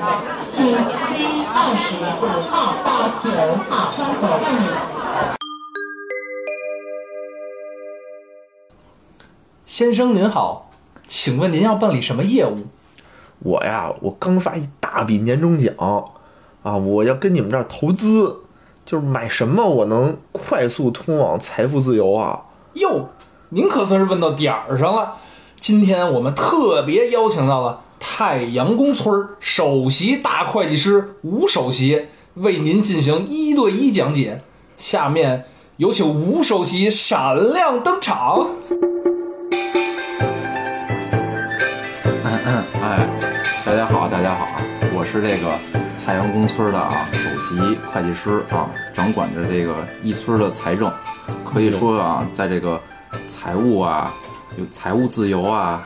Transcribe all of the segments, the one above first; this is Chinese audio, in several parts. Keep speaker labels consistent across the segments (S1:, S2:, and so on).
S1: 是 C 二十五号到九号窗口让你。
S2: 先生您好，请问您要办理什么业务？
S3: 我呀，我刚发一大笔年终奖，啊，我要跟你们这儿投资，就是买什么我能快速通往财富自由啊？
S2: 哟，您可算是问到点儿上了。今天我们特别邀请到了太阳宫村儿首席大会计师吴首席，为您进行一对一讲解。下面有请吴首席闪亮登场。
S4: 哎，大家好，大家好，我是这个太阳宫村的啊首席会计师啊，掌管着这个一村的财政，可以说
S3: 哎
S4: 啊，在这个财务啊、有财务自由啊、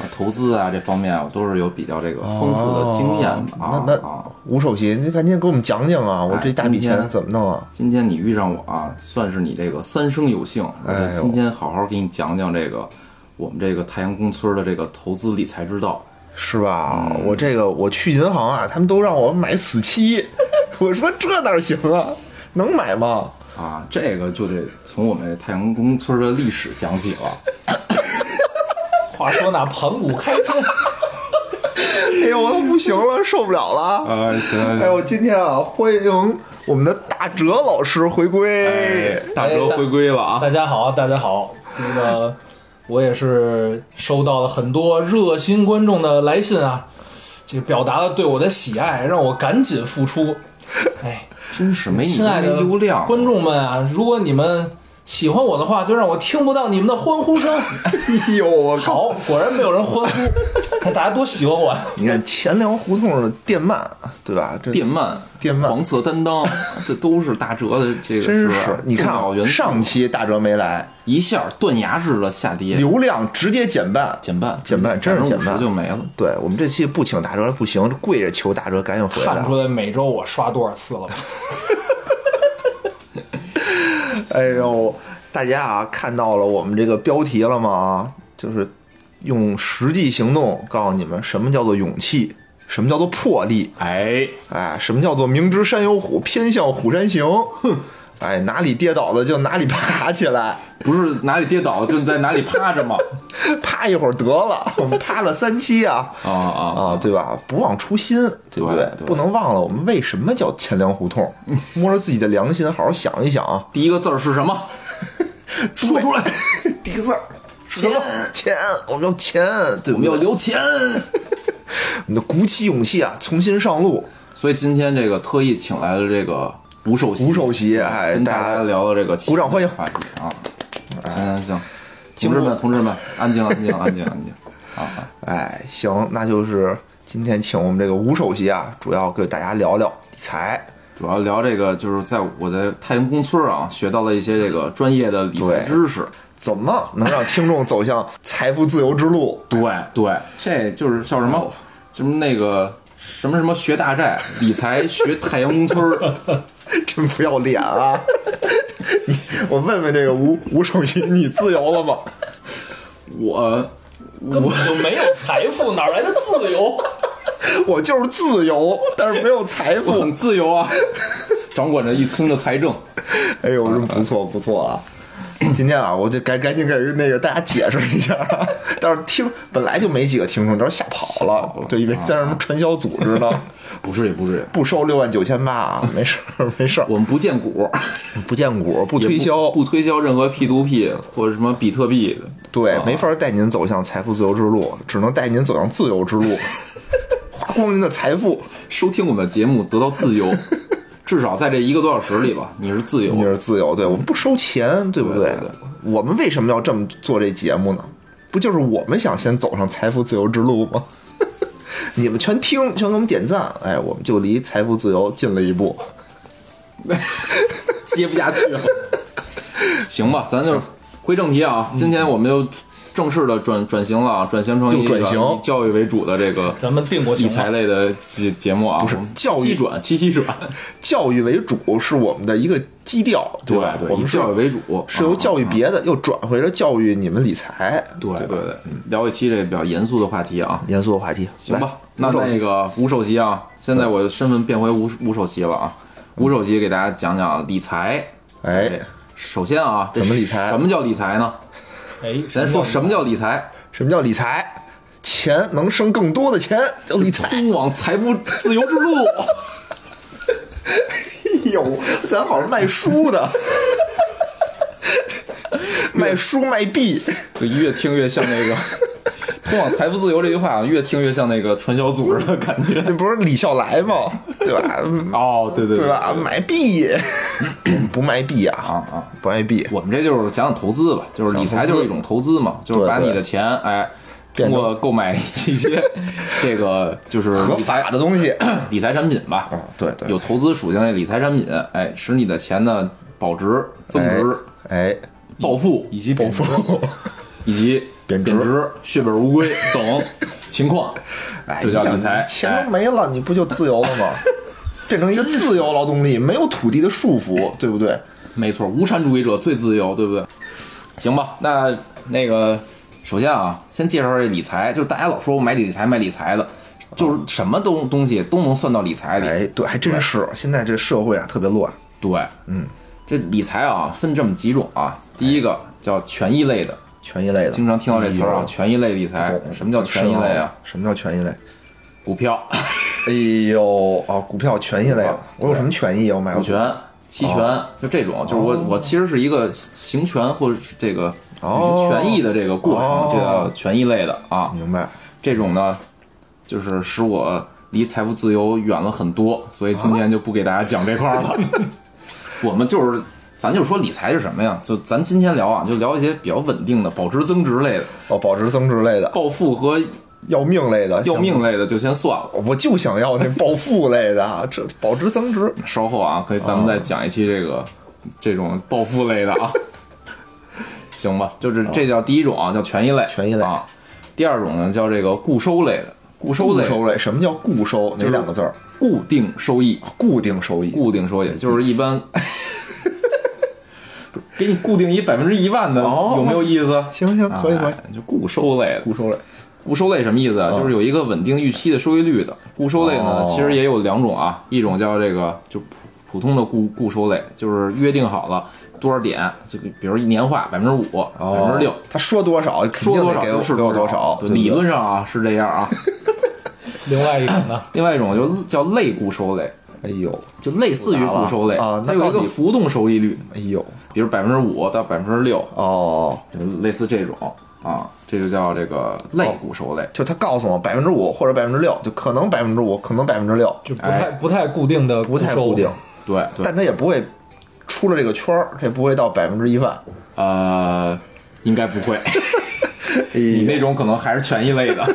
S4: 啊投资啊这方面啊，我都是有比较这个丰富的经验的啊
S3: 哦、那
S4: 啊
S3: 那。吴首席，您赶紧给我们讲讲啊，我
S4: 哎
S3: 这大笔
S4: 今天
S3: 钱怎么弄啊？
S4: 今天你遇上我啊，算是你这个三生有幸。我
S3: 哎呦
S4: 就今天好好给你讲讲这个我们这个太阳宫村的这个投资理财之道。
S3: 是吧？
S4: 嗯
S3: 我这个我去银行啊，他们都让我买死期， 我说这哪行啊？能买吗？
S4: 啊，这个就得从我们太阳宫村的历史讲起了。
S2: 话说那盘古开天，
S3: 哎呦，我都不行了，受不了了！
S4: 啊，行
S3: 哎呦，今天啊，欢迎我们的大哲老师回归。
S4: 哎大哲回归了啊！
S2: 大家好，大家好，这个我也是收到了很多热心观众的来信啊，这表达了对我的喜爱，让我赶紧复出。哎，
S4: 真是没你
S2: 亲爱
S4: 没
S2: 的
S4: 流量，
S2: 观众们啊，如果你们喜欢我的话，就让我听不到你们的欢呼 声。
S3: 哎呦，我靠！
S2: 好，果然没有人欢呼，哎看大家多喜欢我。啊
S3: 你看钱粮胡同的电鳗，对吧？这
S4: 电鳗、
S3: 电鳗
S4: 黄色担当，这都是大哲的这个
S3: 真
S4: 是
S3: 是，你看
S4: 重要元
S3: 啊，
S4: 素
S3: 上期大哲没来，
S4: 一下断崖式的下跌，
S3: 流量直接减半。
S4: 减半，
S3: 减半真是减半
S4: 50%就没了。
S3: 对我们这期不请大哲不行，跪着求大哲赶紧回
S2: 看
S3: 来
S2: 出。来每周我刷多少次了吧？
S3: 哎呦，大家啊，看到了我们这个标题了吗？啊，就是用实际行动告诉你们什么叫做勇气，什么叫做魄力，
S4: 哎，
S3: 哎，什么叫做明知山有虎，偏向虎山行。哼，哎，哪里跌倒了就哪里爬起来，
S4: 不是哪里跌倒就在哪里趴着吗？
S3: 趴一会儿得 了。我们趴了三期啊。
S4: 啊啊！
S3: 啊，对吧？不忘初心，对不
S4: 对对
S3: 不能忘了我们为什么叫钱粮胡 同，摸着自己的良心，好好想一想啊。
S4: 第一个字儿是什么？说出来，
S3: 第一个字儿，钱钱，我们要钱，对不
S4: 我们
S3: 对？
S4: 要聊钱。
S3: 我们的鼓起勇气啊，重新上路。
S4: 所以今天这个特意请来了这个吴首席，
S3: 吴首席哎
S4: 跟
S3: 大
S4: 大
S3: 家
S4: 家聊聊这个
S3: 鼓掌哎欢迎
S4: 话题啊！行行行，同志们同志们，安静安静安静安静啊！啊
S3: 哎，行，那就是今天请我们这个吴首席啊，主要给大家聊聊理财。
S4: 主要聊这个就是在我在太阳宫村啊学到了一些这个专业的理财知识。
S3: 怎么能让听众走向财富自由之路？
S4: 对哎对，这就是叫什
S3: 哦
S4: 么？什么那个什么什么学大寨，理财学太阳宫村儿。
S3: 真不要脸啊！你，我问问这个吴吴首席，你自由了吗？
S4: 我
S2: 根本就没有财富，哪来的自由？
S3: 我就是自由，但是没有财
S4: 我
S3: 富。
S4: 很自由啊，掌管着一村的财政。
S3: 哎呦，真不错不错啊！今天啊，我就赶赶紧给那个大家解释一下啊，但是听本来就没几个听众，都是吓跑了，对，以为在什么传销组织 呢，
S4: 不至于不至于，
S3: 不收六万九千八啊，没事儿没事儿，
S4: 我们不见股。
S3: 不见股不推销，
S4: 不推销任何 P to P 或者什么比特币的。
S3: 对
S4: 啊，
S3: 没法带您走向财富自由之路，只能带您走向自由之 路，花光您的财富，
S4: 收听我们的节目得到自 由，至少在这一个多小时里吧，你是自由
S3: 你是自由，对，我们不收钱，对不
S4: 对对
S3: 我们为什么要这么做这节目呢？不就是我们想先走上财富自由之路吗？ 你们全听，全给我们点赞，哎，我们就离财富自由近了一步。
S4: 接不下去了。行吧，咱就回正题啊。今天我们又正式的转转型了啊，转型成一个
S3: 又转型
S4: 以教育为主的这个
S2: 咱们定过型
S4: 理
S2: 了
S4: 财类的节节目啊，
S3: 不是
S4: 我们
S3: 教育
S4: 七转 七七转，
S3: 教育为主是我们的一个基调，吧？
S4: 对，
S3: 我
S4: 以
S3: 们是
S4: 教育为主，啊
S3: 是由教
S4: 育，
S3: 育别的，又转回了教育你们理财。
S4: 对对对，聊一期这个比较严肃的话题啊，
S3: 严肃的话题，
S4: 行吧，那
S3: 那
S4: 那个吴首席啊，现在我的身份变回吴吴首席了啊，吴首席给大家讲讲理财。
S3: 哎，，
S4: 首先啊，这
S3: 怎么理财
S4: 什么叫理财呢？
S2: 哎，
S4: 咱说什么叫理财？
S3: 什么叫理财？钱能生更多的钱叫理财。
S4: 通往财富自由之路。
S3: 哎呦，咱好像卖书 的，卖书卖币，
S4: 就越听越像 那个通往财富自由这句话，啊，越听越像那个传销组织的感觉。
S3: 那不是李笑来吗？对吧？
S4: 哦，对对
S3: 对吧？买币不卖币
S4: 啊
S3: 啊，
S4: 啊！
S3: 不卖币，
S4: 我们这就是讲讲投资吧，就是理财就是一种投资嘛，就是把
S3: 对对
S4: 你的钱哎。
S3: 变
S4: 通
S3: 成
S4: 过购买一 些这个就是
S3: 合
S4: 理财
S3: 法的东西。
S4: 理财产品吧，
S3: 嗯对对对
S4: 有投资属性的理财产品，哎，使你的钱呢保值、增值、
S3: 哎，哎
S4: 暴富以及暴富，以及
S3: 贬值
S4: 贬值、血本无归等情况，
S3: 哎，
S4: 就叫理财。
S3: 你钱
S4: 哎
S3: 都没了，你不就自由了吗？变成一个自由劳动力，没有土地的束缚，对不对？
S4: 没错，无产主义者最自由，对不对？行吧，那那个首先啊，先介绍这理财，就是大家老说我买理财买理财的，就是什么东东西都能算到理财里。
S3: 哦哎，对，还真是。现在这社会啊，特别乱。
S4: 对，嗯，这理财啊分这么几种啊，第一个叫权益类的，
S3: 权益类的，
S4: 经常听到这词儿
S3: 哎
S4: 啊，
S3: 呦
S4: 权益类理财，什么叫权益类啊？？
S3: 什么叫权益类？
S4: 股票、
S3: 哎呦，啊，股票权益类的，我有什么权益啊？我买
S4: 股
S3: 过
S4: 权、期
S3: 哦
S4: 权，就这种，就是我我其实是一个行权或者是这个
S3: 哦
S4: 履行权益的这个过程，
S3: 哦嗯
S4: 就叫权益类的啊。
S3: 明白。
S4: 这种呢，就是使我离财富自由远了很多，所以今天就不给大家讲这块儿了。 我们就是，咱就说理财是什么呀？就咱今天聊啊，就聊一些比较稳定的、保值增值类的、
S3: 哦，保值增值类的，
S4: 暴富和
S3: 要命类的，
S4: 要命
S3: 类。
S4: 类的就先算了。
S3: 我就想要那暴富类的，啊 这保值增值。
S4: 稍后啊，可以咱们
S3: 哦
S4: 再讲一期这个、这种暴富类的 啊。行吧，就是这叫第一种啊，叫权益类，
S3: 哦权益类
S4: 啊。第二种呢叫这个固收类的，固收
S3: 固
S4: 类
S3: 收类，什么叫固收？哪
S4: 是
S3: 两个字儿？
S4: 固定收益，
S3: 固定收益。
S4: 固定收益就是 一般，给你固定一百分之一万的，
S3: 哦
S4: 有没有意思？
S3: 行行，可以可以
S4: 哎，，就固收类的，
S3: 固收类。
S4: 固收类什么意思啊？就是有一个稳定预期的收益率的。固收类呢
S3: 嗯哦，
S4: 其实也有两种啊，一种叫这个就普普通的固固收类，就是约定好了多少点，就比如年化百分之五、百分之六，
S3: 他说多少，哦肯定
S4: 说多
S3: 得
S4: 少
S3: 给
S4: 就
S3: 我
S4: 是
S3: 给我多
S4: 少
S3: 少。。
S4: 对
S3: 对
S4: 理论上啊是这样 啊。
S2: 另外一种呢？
S4: 另外一种就叫类固收类，
S3: 哎呦，
S4: 就类似于固收类，
S3: 复杂了啊
S4: 它
S3: 那
S4: 有一个
S3: 到底
S4: 浮动收益率，
S3: 哎呦，
S4: 比如百分之五到百分之六，
S3: 哦，
S4: 就类似这种啊，这就叫这个类固收类。
S3: 就他告诉我百分之五或者百分之六，就可能百分之五，可能百分之六，
S2: 就不太、不太固定的，
S3: 不太固定，，
S4: 对对，
S3: 但他也不会出了这个圈儿，这不会到百分之一 万。
S4: 呃，应该 不
S3: 哎
S4: 会，你
S3: 你
S4: 那种可能还是权益 类的，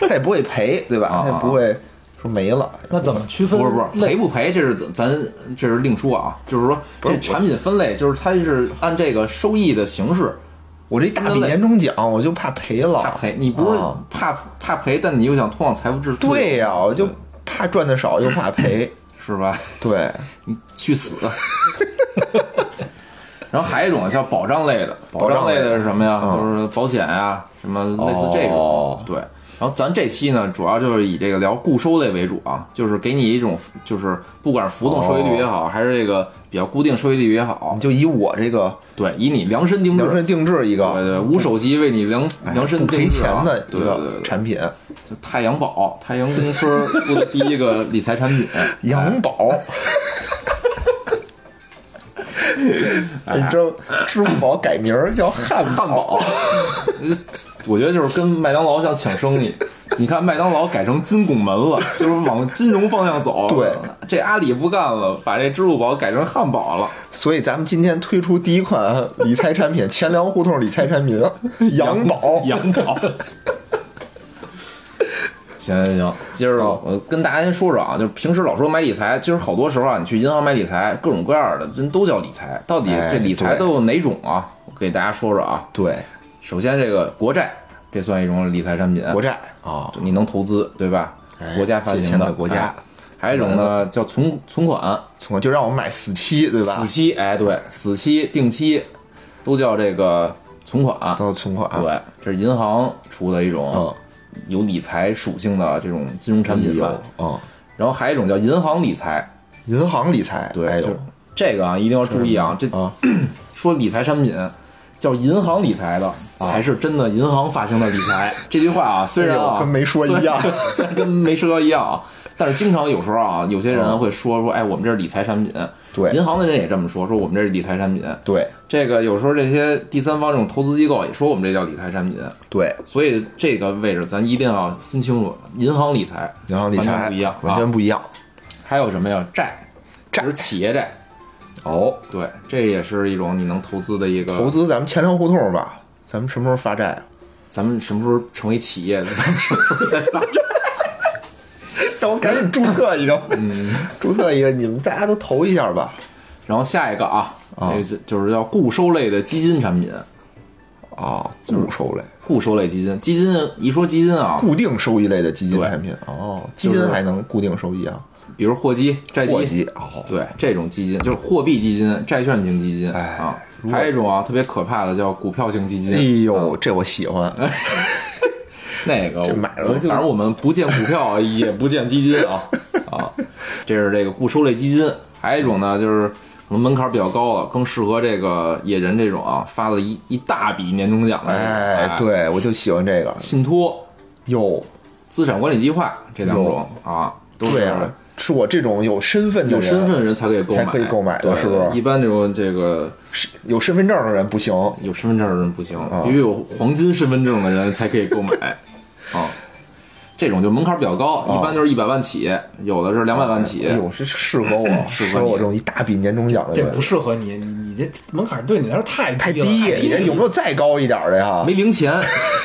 S3: 他也不会赔，对吧？
S4: 啊啊
S3: 他也不会说没了。
S2: 那怎么区分？
S4: 不是不是赔不赔，这是咱咱这是另说啊，就是说这产品分类，就是它是按这个收益的形式。
S3: 我这一大笔年终奖，我就怕赔了。
S4: 怕赔，你不是
S3: 啊
S4: 怕怕赔，但你又想通往财富制，
S3: 对呀、我就怕赚的少，又怕赔。
S4: 是吧？
S3: 对，
S4: 你去死！ 然后还有一种叫保障类的，保
S3: 保
S4: 障
S3: 障
S4: 类
S3: 类的
S4: 的是什么呀？
S3: 嗯
S4: 就是保险呀，什么类似这种。
S3: 哦
S4: 对。然后咱这期呢，主要就是以这个聊固收类为主啊，就是给你一种，就是不管是浮动收益率也好，还是这个比较固定收益率也好
S3: 哦你，就以我这个
S4: 对，以你量身定制，
S3: 量身定制一
S4: 对
S3: 个
S4: 对，无首席为你量
S3: 哎
S4: 量身
S3: 不赔
S4: 定制、啊、
S3: 钱的一
S4: 对对对
S3: 个
S4: 对，
S3: 产品，
S4: 就太阳宝、太阳公村儿出的第一个理财产品，
S3: 养宝。哎 你知道支付宝改名儿 叫汉
S4: 汉堡，我觉得就是跟麦当劳想抢生意。你看麦当劳改成金拱门 了，就是往金融方向走。
S3: 对，
S4: 这阿里不干了，把这支付宝改成汉堡了。
S3: 所以咱们今天推出第一款理财产品——钱粮胡同理财产品——养 宝。
S4: 羊宝。行行行，接着我跟大家先说说啊，就是平时老说买理财，其实好多时候啊，你去银行买理财，各种各样的人都叫理财，到底这
S3: 哎
S4: 理财
S3: 对
S4: 都有哪种啊？我给大家说说啊，
S3: 对，
S4: 首先这个国债，这算一种理财产品，
S3: 国债
S4: 啊，你能投资对吧？
S3: 哎
S4: 国家发
S3: 借
S4: 行
S3: 钱
S4: 的
S3: 给国家嗯啊
S4: 哎还有一种呢叫存存款，
S3: 从就让我买死期，对吧
S4: 死？期，哎，对，
S3: 嗯
S4: 死期、定期都叫这个存款，
S3: 都是存款，
S4: 对，这是银行出的一种
S3: 嗯
S4: 有理财属性的这种金融产品吧
S3: 有。，嗯，
S4: 然后还有一种叫银行理财，
S3: 银行理财，
S4: 对，
S3: 哎
S4: 就
S3: 呦
S4: 是，这个啊一定要注意啊，这
S3: 啊
S4: 说理财产品。叫银行理财的
S3: 啊
S4: 才是真的银行发行的理 财，这句话啊，虽然
S3: 哎
S4: 啊
S3: 呦跟没说一样
S4: 虽然 虽然跟没说一样啊，但是经常有时候啊，有些人会说说，哎，我们这是理财产品，
S3: 对
S4: 银行的人也这么说，说我们这是理财产品，
S3: 对
S4: 这个有时候这些第三方这种投资机构也说我们这叫理财产品，
S3: 对，
S4: 所以这个位置咱一定要分清楚，银行理财，
S3: 银行理
S4: 完
S3: 财
S4: 全不一样，
S3: 完全
S4: 啊。
S3: 不一样。
S4: 还有什么呀？债，
S3: 债
S4: 就是企业债，
S3: 哦，
S4: 对，这也是一种你能投资的一个
S3: 投。资咱们钱粮胡同吧，咱们什么时候发债
S4: 嗯
S3: 啊？
S4: 咱们什么时候成为企业的？咱们什么时候再发展？
S3: 让我赶紧注册一 个，
S4: 嗯
S3: 注册一个，你们大家都投一下吧。
S4: 然后下一个啊，
S3: 啊
S4: 这个就就是叫固收类的基金产品，
S3: 啊，固收类、
S4: 固收类基金，基金一说基金啊，
S3: 固定收益类的基金
S4: 对
S3: 产品哦，基
S4: 就是
S3: 金还能固定收益啊？
S4: 比如货基、债
S3: 货
S4: 基
S3: 基，哦，
S4: 对这种基金就是货币基金、债券型基金
S3: 哎
S4: 啊，
S3: 如果
S4: 还有一种啊特别可怕的叫股票型基金。
S3: 哎
S4: 啊
S3: 呦，这我喜欢，
S4: 那个
S3: 这买了就
S4: 反正我们不见股 票也不见基金啊啊，这是这个固收类基金。还有一种呢，就是可能门槛比较高了，更适合这个野人这种啊，发了一一大笔年终奖的这种。
S3: 哎，，对我就喜欢这个
S4: 信托、
S3: 哟，
S4: 资产管理计划这两种啊，都
S3: 对
S4: 是
S3: 啊，是我这种有身份的
S4: 有
S3: 人，
S4: 身份的人才可以购买，
S3: 才可以购买的
S4: 对
S3: 是不是
S4: 一般这种这个
S3: 是有身份证的人不行。
S4: 有身份证的人不行，
S3: 啊
S4: 必须有黄金身份证的人才可 以购买啊。这种就门槛比较高，一般就是一百万起，有的是两百万起。
S3: 哎呦，是适合我，适合我这种一大笔年终奖的
S2: 这
S3: 人
S2: 不。适合你，你你这门槛对你来说太
S3: 太
S2: 了，
S3: 低，
S2: 太低
S3: 你
S2: 了
S3: 这有没有再高一点的呀？
S4: 没零钱。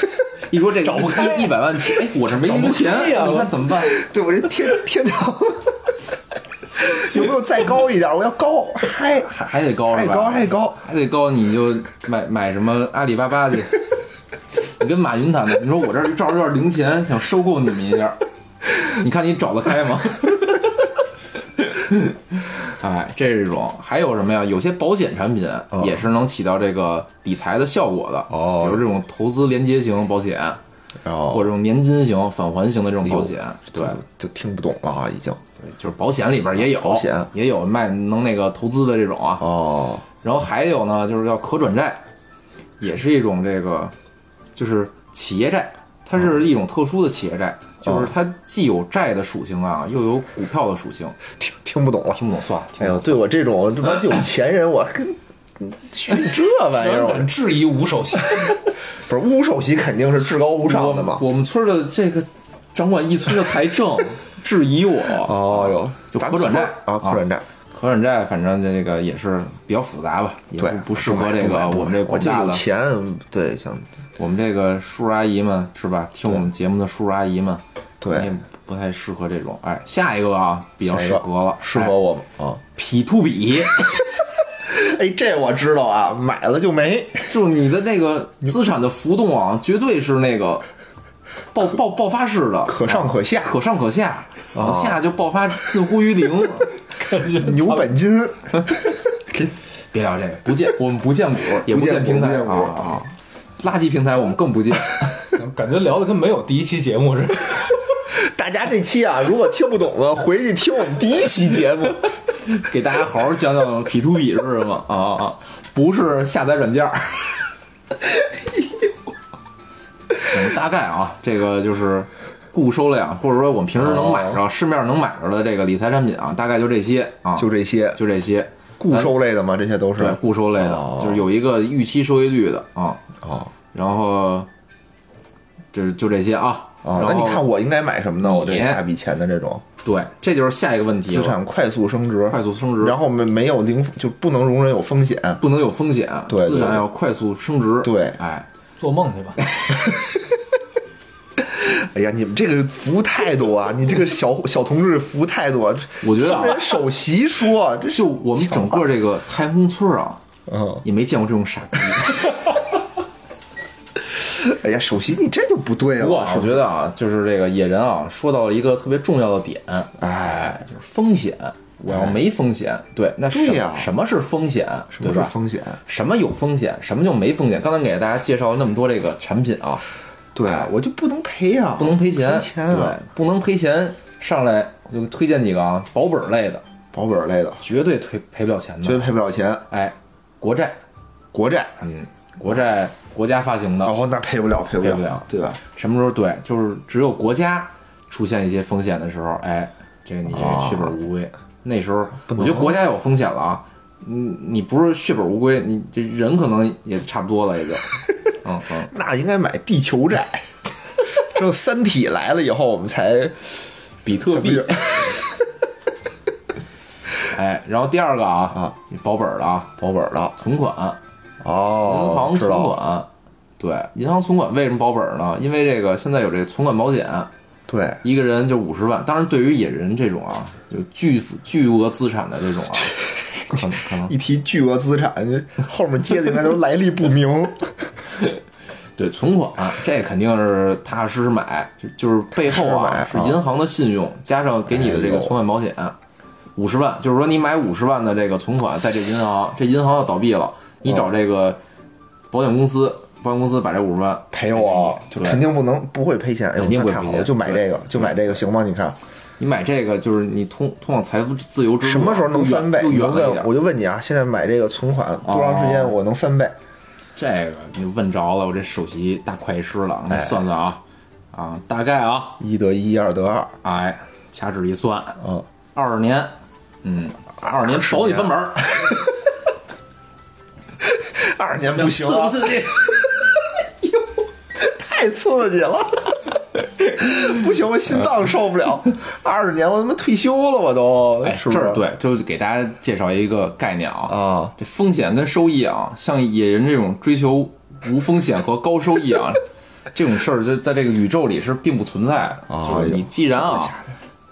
S4: 一说这个
S2: 找不开
S4: 一一百万起，哎，我这没零钱
S2: 找不开呀
S4: 你看怎么办？
S3: 对我这 天天堂，有没有再高一点？我要高，嗨，
S4: 还还得高
S3: 太
S4: 是吧？
S3: 高太高，
S4: 还得高，你就买买什么阿里巴巴 去？你跟马云谈谈，你说我这儿照着有点零钱，想收购你们一下，你看你找得开吗？ 哎，这是一种，还有什么呀？有些保险产品也是能起到这个理财的效果的，
S3: 哦
S4: 比如这种投资连接型保险，或
S3: 哦，哎
S4: 者这种年金型、返还型的这种保险，对，
S3: 就听不懂了啊，已经。
S4: 就是保险里边也有，
S3: 保险
S4: 也有卖能那个投资的这种啊，
S3: 哦，
S4: 然后还有呢，就是叫可转债，也是一种这个，就是企业债，它是一种特殊的企业债，就是它既有债的属性啊，又有股票的属性。
S3: 听听不懂了。
S4: 听不懂算了，
S3: 哎呦，对我这种他 妈有钱人，我跟去你这玩意儿，
S2: 有
S3: 我
S2: 点质疑吴首席，
S3: 不是吴首席肯定是至高无上的嘛。
S4: 我们村儿的这个掌管一村的财政质疑 我。
S3: 哦哟，
S4: 就
S3: 咱
S4: 可转债
S3: 啊，可转债，
S4: 啊可转债反正这个也是比较复杂吧，也不
S3: 对，
S4: 不适合这
S3: 不买
S4: 个
S3: 不买
S4: 我们这
S3: 我
S4: 广
S3: 就
S4: 大
S3: 有
S4: 的
S3: 钱，对，想
S4: 我们这个叔叔阿姨们是吧？听我们节目的叔叔阿姨们，
S3: 对
S4: 也不太适合这种。哎，下一个啊，比较适合了，哎
S3: 适合我吗？啊，
S4: p to B，
S3: 哎，这我知道啊，买了就没，
S4: 就是你的那个资产的浮动啊，绝对是那个爆爆爆发式的，啊
S3: 可上可啊下，
S4: 可上可下，往下就爆发近乎于 零。
S3: 牛本金，
S4: 别聊这个，不见我们不见股，也
S3: 不见
S4: 见平台
S3: 股不见
S4: 啊
S3: 股
S4: 啊，垃圾平台我们更不见。
S2: 感觉聊的跟没有第一期节目似的。
S3: 大家这期啊，如果听不懂的，回去听我们第一期节 目。
S4: 给大家好好讲讲 P to P 是什么啊啊，啊不是下载软件儿。行，大概啊，这个就是固收类啊，或者说我们平时能买着、市面上能买着的这个理财产品啊，大概就这些啊，
S3: 哦就这些
S4: 就这些
S3: 固收类的吗？这些都是
S4: 对固收类的，
S3: 哦
S4: 就是有一个预期收益率的啊，
S3: 哦
S4: 然后就是就这些啊。
S3: 哦，
S4: 然
S3: 那
S4: 后
S3: 你看我应该买什么呢？我这
S4: 你
S3: 大笔钱的这种
S4: 对，这就是下一个问题
S3: 资
S4: 了，
S3: 产快速升值，
S4: 快速升值，
S3: 然后没没有零就不能容忍有风险。
S4: 不能有风险，
S3: 对对
S4: 资产
S3: 对
S4: 要快速升值，
S3: 对
S4: 哎，
S2: 做梦去吧！
S3: 哎呀，你们这个服务态度啊，你这个小小同志服务态度啊，
S4: 我觉得啊
S3: 听人首席说，这是
S4: 就我们整个这个太空村啊，
S3: 嗯，
S4: 也没见过这种傻逼。
S3: 哎呀，首席你这就不对
S4: 不
S3: 了
S4: 过
S3: 啊，
S4: 我觉得啊，就是这个野人啊，说到了一个特别重要的点，
S3: 哎，
S4: 就是风险。我要没风险，对，那什
S3: 对呀
S4: 什么是风险，
S3: 什
S4: 对
S3: 么是
S4: 吧？
S3: 风险？
S4: 什么有风险，什么就没风险？刚才给大家介绍了那么多这个产品啊，
S3: 对
S4: 哎
S3: 我就不能赔啊呀、
S4: 不能赔钱，
S3: 赔钱
S4: 对
S3: 啊，，
S4: 不能赔钱。上来我就推荐几个啊，保本类的，
S3: 保本类的
S4: 绝对赔赔不了钱
S3: 绝对
S4: 的。
S3: 赔不了钱，
S4: 哎，国债，
S3: 国债，
S4: 嗯，国债国家发行的，
S3: 哦，那赔不了，赔不了，
S4: 赔不了
S3: 对吧？
S4: 什么时候对？就是只有国家出现一些风险的时候，哎，这你
S3: 哦
S4: 血本无归。那时候我觉得国家有风险了啊，嗯，你不是血本无归，你这人可能也差不多 了，也就，嗯嗯，
S3: 那应该买地球债。 只有《三体》来了以后，我们才
S4: 比特币。哎，然后第二个啊
S3: 啊，
S4: 保本儿的啊，
S3: 保本了。
S4: 存款，
S3: 哦，
S4: 银行
S3: 知
S4: 存
S3: 道了，
S4: 款，对，银行存款为什么保本儿呢？因为这个现在有这个存款保险，
S3: 对，
S4: 一个人就五十万。当然，对于野人这种啊，有巨巨额资产的 这种啊，可能可能
S3: 一提巨额资 产，后面接的应该都是来历不明。
S4: 对存款、这肯定是踏踏实实买，就就是背后啊
S3: 踏实
S4: 是
S3: 买啊哎
S4: 银行的信用加上给你的这个存款保险，五十万，就是说你买五十万的这个存款在这银行，这银行要倒闭了，你
S3: 哦
S4: 找这个保险公司，保险公司把这五十万
S3: 赔我，
S4: 给
S3: 就
S4: 你对
S3: 肯定不能不会赔钱。哎呦，
S4: 肯定不
S3: 那
S4: 会
S3: 太好
S4: 赔钱
S3: 了，就买
S4: 对
S3: 这个，就买这个行吗？你看
S4: 你买这个就是你通通往财富自由之路啊
S3: 什么时候能
S4: 又远
S3: 翻倍？
S4: 又
S3: 我
S4: 远
S3: 就
S4: 了一点哦
S3: 问，。我就问你啊，现在买这个存款多长时间我能翻倍？
S4: 这个你就问着了，我这首席大会计师
S3: 哎
S4: 了，我给你算算啊，啊，大概啊，
S3: 一得一，二得二，
S4: 哎，掐指一算，
S3: 嗯，
S4: 二十年，嗯，二十年保你翻本儿，
S3: 二十 年不行
S4: 刺
S3: 啊
S4: 不，刺激？
S3: 太刺激了， 不行，我心脏受不了。二十年我他妈退休了，我都
S4: 哎，
S3: 是不
S4: 这
S3: 是
S4: 儿？对，就给大家介绍一个概念啊，
S3: 啊，
S4: 这风险跟收益啊，像野人这种追求无风险和高收益 啊，这种事儿就在这个宇宙里是并不存在的。
S3: 哎呦
S4: 就是你既然啊，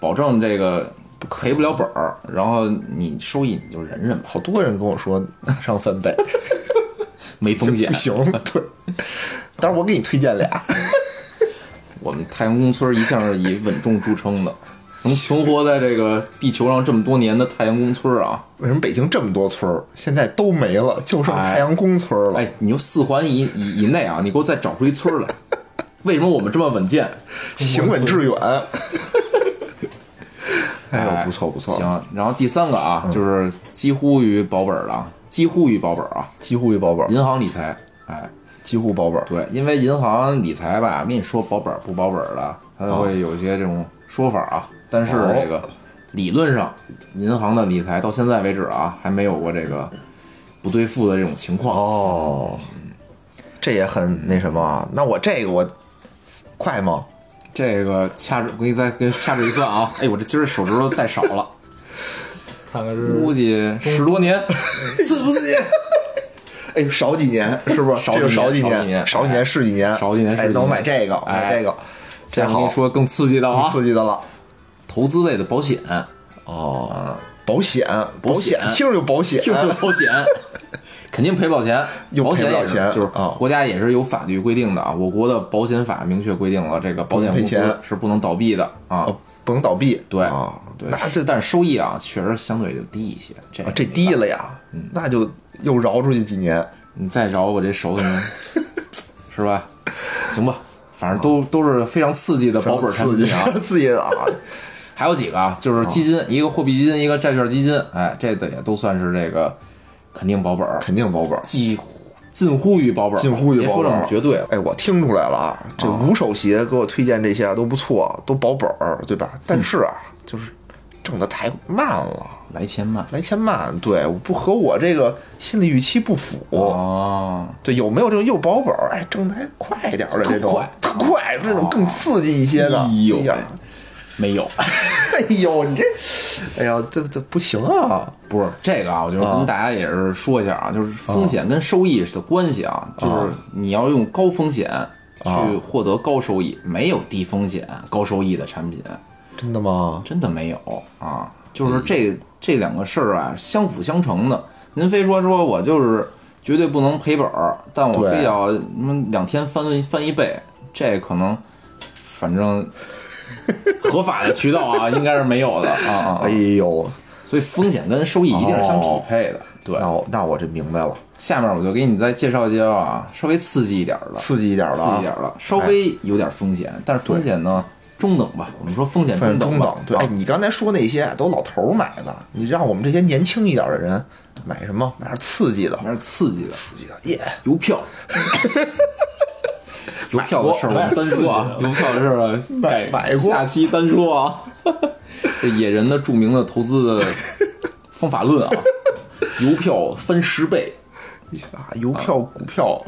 S4: 保证这个赔不了本儿，然后你收益你就忍忍吧，
S3: 好多人跟我说马上翻倍，
S4: 没 风险
S3: 不。行， 对。但是我给你推荐俩，
S4: 我们太阳宫村一向是以稳重著称的，能存活在这个地球上这么多年的太阳宫村啊，
S3: 为什么北京这么多村儿现在都没了，就剩太阳宫村儿了？
S4: 哎，你就四环以以以内啊，你给我再找出一村儿 来。为什么我们这么稳健？
S3: 行稳致远。哎
S4: 哎
S3: 呦，不错不错，，嗯
S4: 行，然后第三个啊，就是几乎于保本儿了，几乎于保本儿啊，
S3: 几乎一保本儿，
S4: 银行理财，哎，
S3: 几乎保本儿。
S4: 对，因为银行理财吧，跟你说保本儿不保本儿的，它
S3: 哦
S4: 会有一些这种说法啊。但是这个理论上，银行的理财到现在为止啊，还没有过这个不兑付的这种情况。
S3: 哦，这也很那什么啊。那我这个我快吗？
S4: 这个掐指，我给你再跟掐指一算啊，哎，我这今儿手指头带少了，
S2: 看看
S4: 估
S2: 是
S4: 计十 多年，
S3: 刺不刺激？ 哎呦，少几年是不是？
S4: 少几年
S3: 这就少
S4: 少几
S3: 年，
S4: 年
S3: 少几年是几年，
S4: 少几年是几
S3: 哎，
S4: 年
S3: 那我买这个，
S4: 哎
S3: 买这个，这
S4: 再跟
S3: 好
S4: 你，说更刺激的啊，
S3: 刺激的了。
S4: 投资类的保险，
S3: 哦，保险，
S4: 保
S3: 保
S4: 险
S3: 险，听着就保险，
S4: 就是保险，哎 肯定赔不了钱，
S3: 又
S4: 保险
S3: 赔不了
S4: 也是
S3: 钱
S4: 就是
S3: 啊
S4: 国家也是有法律规定的啊，我国的保险法明确规定了，这个保险公
S3: 不能
S4: 司
S3: 赔钱
S4: 是不能倒闭的啊。
S3: 哦不能倒闭。
S4: 对
S3: 啊，
S4: 对
S3: 那，这
S4: 但是收益啊，确实相对就低一些。这
S3: 啊这低
S4: 了，
S3: 了呀，嗯那就又饶出去几年。
S4: 你再饶我这手 怎么，是吧？行吧，反正都都是非常刺激的保本产
S3: 刺激
S4: 品啊。
S3: 刺激的啊！
S4: 还有几个
S3: 嗯
S4: 啊，就是基
S3: 哦
S4: 金，一个货币基金，一个债券基金，哎，这的也都算是这个肯定保本儿，
S3: 肯定保本儿，
S4: 近乎近乎于保本儿吧，
S3: 近乎于
S4: 别
S3: 保
S4: 说
S3: 本
S4: 这
S3: 儿
S4: 么绝对了。
S3: 哎，我听出来了啊，这吴首席给我推荐这些啊都不错，都保本儿，对吧？但是啊，就是挣的太慢了，
S4: 来钱慢
S3: 来钱慢，对，不和我这个心理预期不符。
S4: 哦，
S3: 对，有没有这种又保本儿，哎，挣的还快点儿的这种，特快，这种更刺激一些的。
S4: 啊哎呦喂
S3: 呀，
S4: 没 有，
S3: 哎呦，你这，哎呀，这这不行啊！
S4: 不是这个啊，我就是
S3: 哦
S4: 跟大家也是说一下啊，就是风险跟收益的关系啊，
S3: 哦
S4: 就是你要用高风险去获得高收益，没有低风险高收益的产品，
S3: 真的吗？
S4: 真的没有
S3: 嗯
S4: 啊。就是这这两个事儿啊，相辅相成的。您非说说我就是绝对不能赔本儿，但我
S3: 对
S4: 非要嗯两天翻翻一倍，这可能反 正合法的渠道啊，应该是没有的啊啊
S3: 哎
S4: 啊，
S3: 呦，
S4: 所以风险跟收益一定是相匹
S3: 哦
S4: 配的。对，
S3: 那我那我这明白了，
S4: 下面我就给你再介绍介绍啊，稍微刺激一点儿的，
S3: 刺激一点了
S4: 刺激
S3: 啊，
S4: 一点儿的，稍微有点风险，但是风险呢中等吧，我们说风险
S3: 反正
S4: 等啊
S3: 中
S4: 吧
S3: 等。。对，哎，你刚才说那些都老头儿买的，你让我们这些年轻一点的人买什么？买点刺激的，
S4: 还是刺激的，
S3: 刺激的，耶！
S4: 邮票。 邮票的事儿我们单说啊，邮票的事儿啊，改
S3: 买过
S4: 下期单说 啊。这野人的著名的投资的方法论啊，邮票翻十倍，
S3: 啊，邮票、股 票、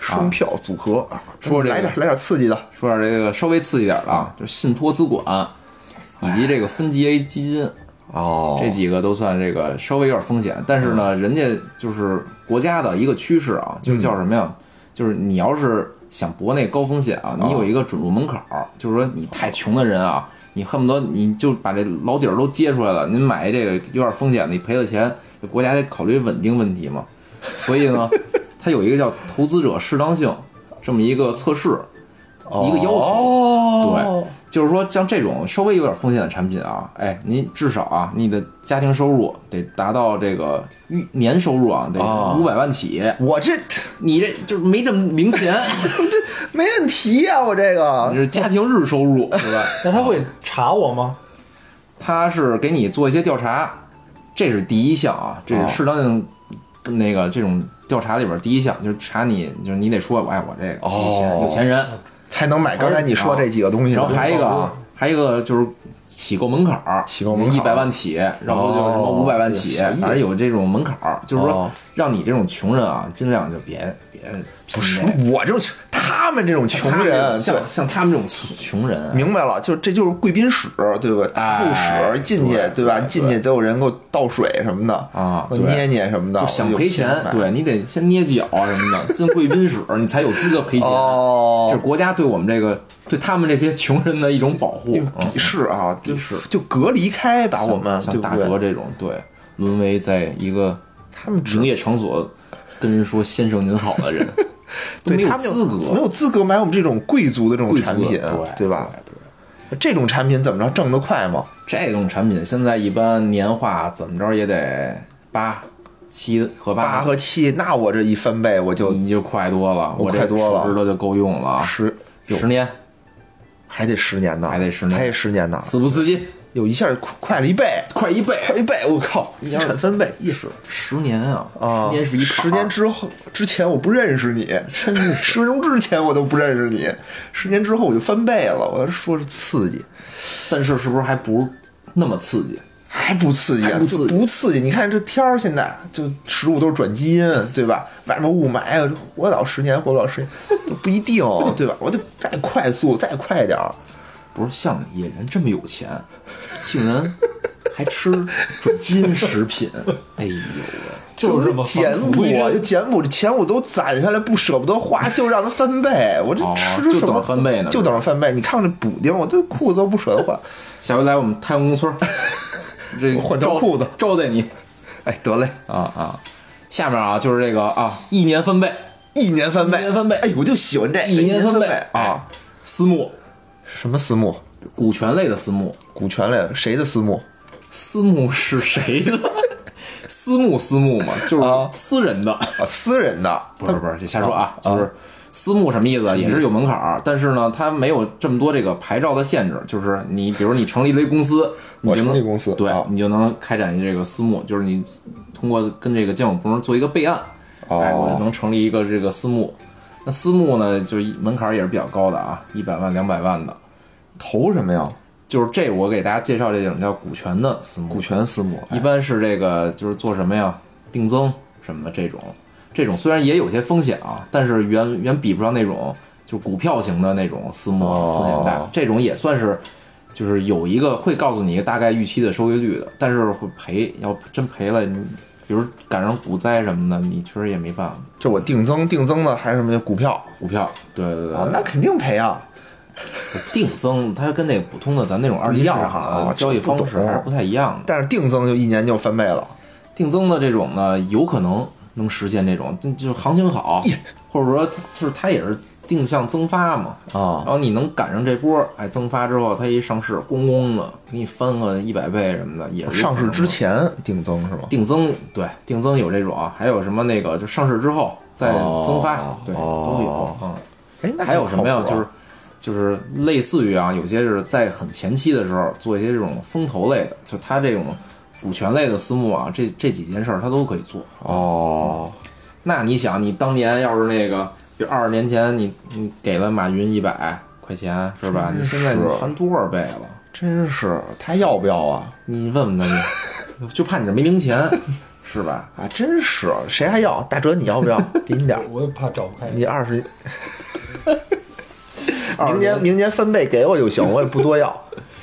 S3: 双票组合啊，
S4: 说这个
S3: 来点来点刺激的，
S4: 说点这个稍微刺激点的啊，就是信托资管以及这个分级 A 基金，
S3: 哦
S4: 这几个都算这个稍微有点风险，但是呢，人家就是国家的一个趋势啊，就叫什么呀？就是你要是想博那高风险啊，你有一个准入门槛儿，就是说你太穷的人啊，你恨不得你就把这老底儿都揭出来了，您买这个有点风险的，你赔了钱，这国家得考虑稳定问题嘛。所以呢，它有一个叫投资者适当性这么一个测试，一个要求。
S3: 哦
S4: 对，就是说像这种稍微有点风险的产品啊，哎，您至少啊，你的家庭收入啊得达到这个预年收入啊，得
S2: 哦
S4: 五百万起，
S3: 我这
S4: 你这就是没这么零钱，
S3: 没问题呀、我这个
S4: 你是家庭日收入，对 吧？
S2: 那他会查我吗？
S4: 他是给你做一些调查，这是第一项
S3: 哦
S4: 啊，这是适当性那个这种调查里边第一项，就是查你，就是你得说，哎，我这个有钱
S3: 哦
S4: 有钱人，
S3: 才能买刚才你说这几个东西呢。
S4: 然后还一个啊，还一个就是起购门槛儿，
S3: 起购门槛儿
S4: 一百万起，然后就是什么
S3: 哦
S4: 五百万起，
S3: 小意思
S4: 反正有这种门槛儿，就是说
S3: 哦
S4: 让你这种穷人啊，尽量就别别
S3: 不
S4: 不
S3: 是我这种穷，他们这种穷人，
S4: 像
S3: 对
S4: 像他们这种穷穷人啊，
S3: 明白了，就是这就是贵宾室，对吧？大
S4: 哎
S3: 户室进去
S4: 对，
S3: 对吧？
S4: 对
S3: 进去都有人给我倒水什么的
S4: 啊
S3: 给我
S4: 对
S3: 捏捏什么的，
S4: 就
S3: 我
S4: 想
S3: 有
S4: 赔
S3: 钱
S4: 钱，
S3: 买
S4: 对你得先捏脚啊什么的，进贵宾室你才有资格赔钱。
S3: 哦
S4: 这是国家对我们这个对他们这些穷人的一种保护，嗯
S3: 鄙视啊，鄙
S4: 视
S3: 就隔离开把我们，
S4: 像
S3: 对
S4: 像
S3: 不
S4: 大哲
S3: 对？
S4: 这种，对，沦为在一个
S3: 他们只
S4: 营业场所跟人说“先生您好”的人，都
S3: 对
S4: 没有
S3: 他们
S4: 资
S3: 没
S4: 格。
S3: 有资格买我们这种贵族的这种
S4: 贵族
S3: 产
S4: 的
S3: 品，
S4: 对
S3: 对吧？这种产品怎么着挣得快吗？
S4: 这种产品现在一般年化怎么着也得八、七和
S3: 八
S4: 八，
S3: 和七，那我这一翻倍我就
S4: 你就快多了，
S3: 我
S4: 我这
S3: 快多了
S4: 手指头就够用了啊，
S3: 十，
S4: 十年
S3: 还得十年呢，
S4: 还得十年
S3: 还得十年呢，
S4: 刺不刺激？
S3: 有一下快快了一倍，
S4: 快一倍！
S3: 快一倍，我靠，资产翻倍，意识
S4: 十年啊，
S3: 啊，
S4: 十年是一坎儿
S3: 十年之后之前我不认识你，甚至十分钟之前我都不认识你，十年之后我就翻倍了，我要说是刺激。
S4: 但是是不是还不是那么刺激？
S3: 还不刺激啊
S4: 还？不刺激
S3: 就不刺激！你看这天儿现在就食物都是转基因，对吧？外面雾霾啊，活不了十年，活不了十年都不一 定，对吧？我得再快速，再快点儿。
S4: 不是像野人这么有钱，竟然还吃准基因食品， 哎呦喂！
S2: 就是这
S3: 我
S2: 么
S3: 简
S2: 返璞
S3: 朴
S2: 归
S3: 啊，就
S2: 真。
S3: 简朴，这钱我都攒下来，不舍不得花，就让它翻倍。我这
S4: 哦
S3: 吃
S4: 就
S3: 什么
S4: 等翻倍呢
S3: 就等着翻倍。你看我这补丁，我这裤子都不舍得换。
S4: 下回来我们太阳公村儿， 这
S3: 我换条裤子
S4: 招待你
S3: 哎，得嘞，
S4: 啊啊！下面啊就是这个啊，一年翻倍，
S3: 一年翻倍，
S4: 一年翻倍
S3: 哎，我就喜欢这
S4: 一
S3: 年
S4: 翻
S3: 倍
S4: 哎
S3: 啊！，
S4: 私募
S3: 什么私募？
S4: 股权类的私募，
S3: 股权类的谁的私募？
S4: 私募是谁的？ 私募私募嘛，就是
S3: 啊
S4: 私人的，
S3: 啊，私人的，
S4: 不是不是，这瞎说啊，就是私募什么意思？也是有门槛儿，但是呢，它没有这么多这个牌照的限制，就是你比如你成立了一公司，你
S3: 我
S4: 就
S3: 成立
S4: 能
S3: 公司
S4: 对
S3: 啊
S4: 你就能开展这个私募，就是你通过跟这个监管部门做一个备案，
S3: 哦
S4: 哎，我能成立一个这个私募。那私募呢，就一门槛儿也是比较高的啊，一百万、两百万的。
S3: 投什么呀？
S4: 就是这，我给大家介绍这种叫股权的私募，
S3: 股权私募，哎
S4: 一般是这个就是做什么呀，定增什么的这种，这种虽然也有些风险啊，但是远远比不上那种就是股票型的那种私募
S3: 哦
S4: 风险大，这种也算是就是有一个会告诉你一个大概预期的收益率的，但是会赔，要真赔了，你比如赶上股灾什么的，你确实也没办法。
S3: 就我定增定增的还是什么呀？股票
S4: 股票，对对对，
S3: 啊，那肯定赔啊。
S4: 定增它跟那个普通的咱那种二级市
S3: 不一样
S4: 场
S3: 啊
S4: 的交易方式还是不太一样的。
S3: 但是定增就一年就翻倍了，
S4: 定增的这种呢，有可能能实现这种，就就是行情好，或者说它就是它也是定向增发嘛，
S3: 啊
S4: 然后你能赶上这波，哎，增发之后它一上市，咣咣的给你翻个一百倍什么的，也是有
S3: 上
S4: 可能
S3: 市
S4: 的
S3: 之前定增是吗？
S4: 定增，对，定增有这种啊，还有什么那个就上市之后再增发，
S3: 哦
S4: 对，
S3: 哦
S4: 都有，嗯。
S3: 哎，那
S4: 还有什么呀？
S3: 靠谱啊
S4: 就是就是类似于啊，有些是在很前期的时候做一些这种风投类的，就它这种股权类的私募啊，这这几件事儿它都可以做。
S3: 哦，
S4: 那你想，你当年要是那个，比如二十年前你你给了马云一百块钱嗯是吧？你现在你翻多少倍了？
S3: 真是他要不要啊？
S4: 你问问他去，就怕你这没零 钱，是吧？
S3: 啊，真是谁还要？大哲你要 不要？给你点儿，
S2: 我也怕找不开。
S3: 你 二十，
S4: 20
S3: 明年明年翻倍给我就行，我也不多 要。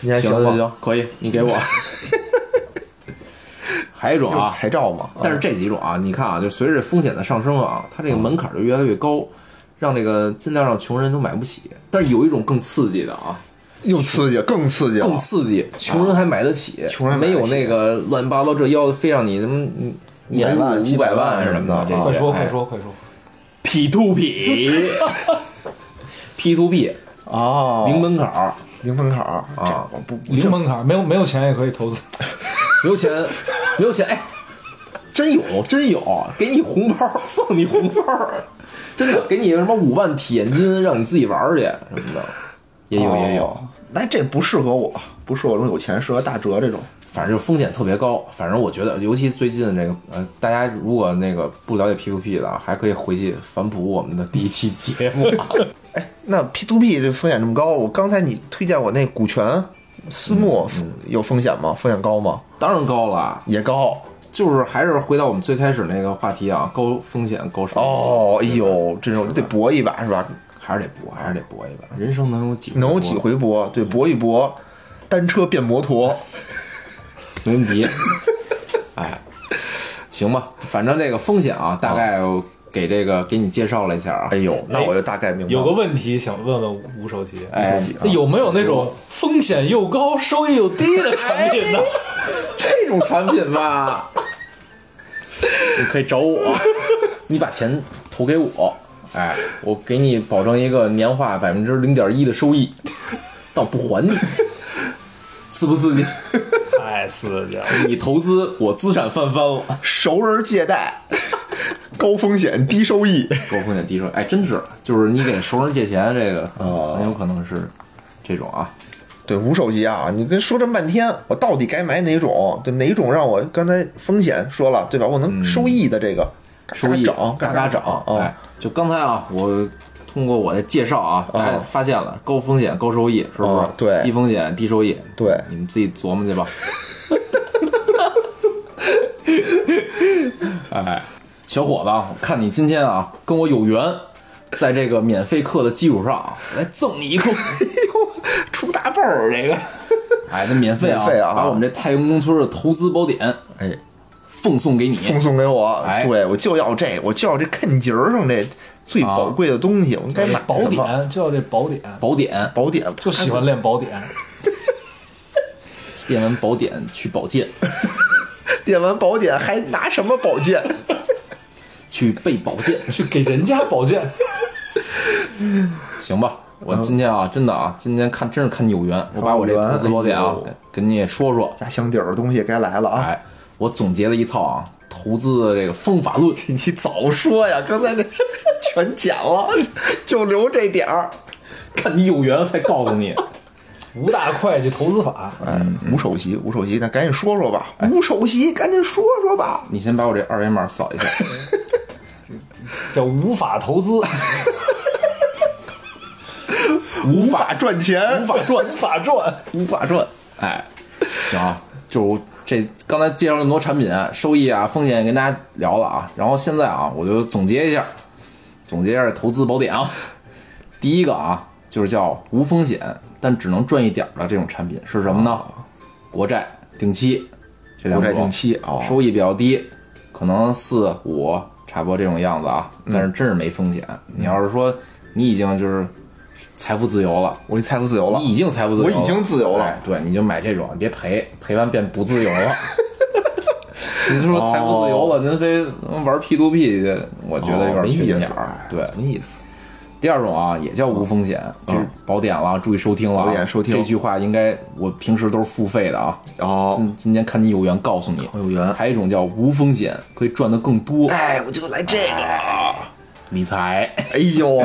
S3: 你还
S4: 行
S3: 吗？
S4: 行行，可以，你给 我。还有一种
S3: 有
S4: 啊，
S3: 牌照嘛？
S4: 但是这几种啊，你看啊，就随着风险的上升啊，它这个门槛就越来越高，让这个尽量让穷人都买不起。但是有一种更刺激的啊，
S3: 又刺激，更刺激了，
S4: 更刺激，穷人还买得起，
S3: 穷人买
S4: 没
S3: 得起
S4: 有那个乱七八糟这腰非让你什么年
S3: 百万
S4: 入
S3: 几
S4: 几
S3: 百
S4: 百
S3: 万
S4: 万
S3: 什
S4: 什
S3: 么
S4: 么
S3: 的
S4: 的，这些
S2: 快说
S4: 哎
S2: 快说快说，
S4: P to P，P to P
S3: 哦，
S4: 零门槛儿，
S3: 零门槛儿
S4: 啊，
S3: 这我不不
S2: 零门槛，没有没有钱也可以投资。
S4: 没有钱，没有钱，哎，真有真有，给你红包， 送你红包，真的给你什么五万体验金，让你自己玩儿去什么的，也有也有，
S3: 哦那这不适合我，不适合我这种有钱，适合大哲这种。
S4: 反正就风险特别高。反正我觉得，尤其最近这个，呃，大家如果那个不了解 P2P 的啊，还可以回去反哺我们的第一期节目。啊
S3: 哎那 P to P 这风险这么高，我刚才你推荐我那股权私募有风险吗？风险高吗？
S4: 当然高了，
S3: 嗯也高
S4: 就是还是回到我们最开始那个话题啊，高风险高收益，
S3: 哦。哎呦，这种得搏一把是吧？
S4: 还是得搏，还是得搏一把。人生能有几回
S3: 能有
S4: 搏
S3: 几回搏？对，搏一搏，单车变摩托。
S4: 没问题。哎，行吧，反正这个风险啊，大概给这个给你介绍了一下啊
S3: 哎。呦，那我就大概明白
S2: 有个
S3: 了。
S2: 问题想问问吴首席，
S4: 哎，
S2: 那有啊没有那种风险又高、收益又低的产品呢？
S4: 这种产品吧，你可以找我， 你把钱投给我，哎，我给你保证一个年化百分之零点一的收益，但我不还你，刺不刺激？
S2: 太刺激了！
S4: 你投资，我资产翻番了。
S3: 熟人借贷， 高风险低收益。
S4: 高风险低收益，哎，真是，就是你给熟人借钱，这个很
S3: 哦
S4: 很有可能是这种啊。
S3: 对无手机啊，你跟说这么半天，我到底该买哪种？对哪种让我刚才风险说了对吧？我能收益的这个，
S4: 收益
S3: 涨，
S4: 嘎
S3: 嗯嘎
S4: 涨。哎
S3: 啊！，
S4: 就刚才啊，我通过我的介绍啊，大家发现了高风险高收益，是不是
S3: 哦？对
S4: 低风险低收益，
S3: 对
S4: 你们自己琢磨去 吧。哎，小伙子啊，我看你今天啊跟我有缘，在这个免费课的基础上啊，来赠你 一课。
S3: 出大包儿这个，
S4: 哎，这免费啊，
S3: 免费啊
S4: 把我们这太阳宫村的投资宝典
S3: 哎，
S4: 奉送给你。
S3: 奉送给我，
S4: 哎
S3: 对我就要这，我就要这啃节儿上这最宝贵的东西，我该买
S2: 宝
S3: 什么
S2: 典就要这宝典，
S4: 宝典，
S3: 宝典，
S2: 就喜欢练宝典。
S4: 练完宝典去保健，
S3: 练完宝典还拿什么宝 剑？
S4: 去备保健。
S2: 去给人家保健，
S4: 行吧，我今天啊，真的啊，今天看真是看你有缘，我把我这投资宝典啊
S3: 有缘哎呦
S4: 给你也说说，
S3: 压箱底儿的东西该来了啊！
S4: 哎，我总结了一套啊投资的这个方法 论，
S3: 你早说呀，刚才那 全讲了，就留这点儿。
S4: 看你有缘才告诉你。
S2: 五大会计投资法，
S3: 哎，吴首席，吴首席，那赶紧说说吧，
S4: 哎
S3: 吴首席，赶紧说说吧。
S4: 你先把我这二维码扫一下，
S2: 叫无法投资，
S3: 无法赚钱，哎
S2: 无法赚，无法赚。
S4: 无法赚。哎，行啊，就这刚才介绍那么多产品啊，收益啊、风险也跟大家聊了啊，然后现在啊，我就总结一下，总结一下投资宝典啊。第一个啊，就是叫无风险但只能赚一点儿的这种产品是什么呢？国债、定期这两
S3: 国
S4: 种
S3: 债定期哦
S4: 收益比较低，可能四五差不多这种样子啊，
S3: 嗯
S4: 但是真是没风险。你要是说你已经就是财富自由了，
S3: 我财富自由了，
S4: 你已经财富自由了，
S3: 我已经自由了
S4: 哎对，你就买这种，别赔，赔完变不自由了。您说财富自由了，您非玩 P to P 去，我觉得有点
S3: 哦没
S4: 缺
S3: 意
S4: 心
S3: 思哎
S4: 眼儿。，对
S3: 什，么意思？
S4: 第二种啊，也叫无风险，这是宝典了，注意收听了啊。
S3: 嗯宝典收听
S4: 这句话应该我平时都是付费的啊。
S3: 哦，
S4: 今今天看你有缘，告诉你
S3: 有缘
S4: 还有一种叫无风险，可以赚得更多，啊
S3: 哎，我就来这个了。
S4: 理财。
S3: 哎呦，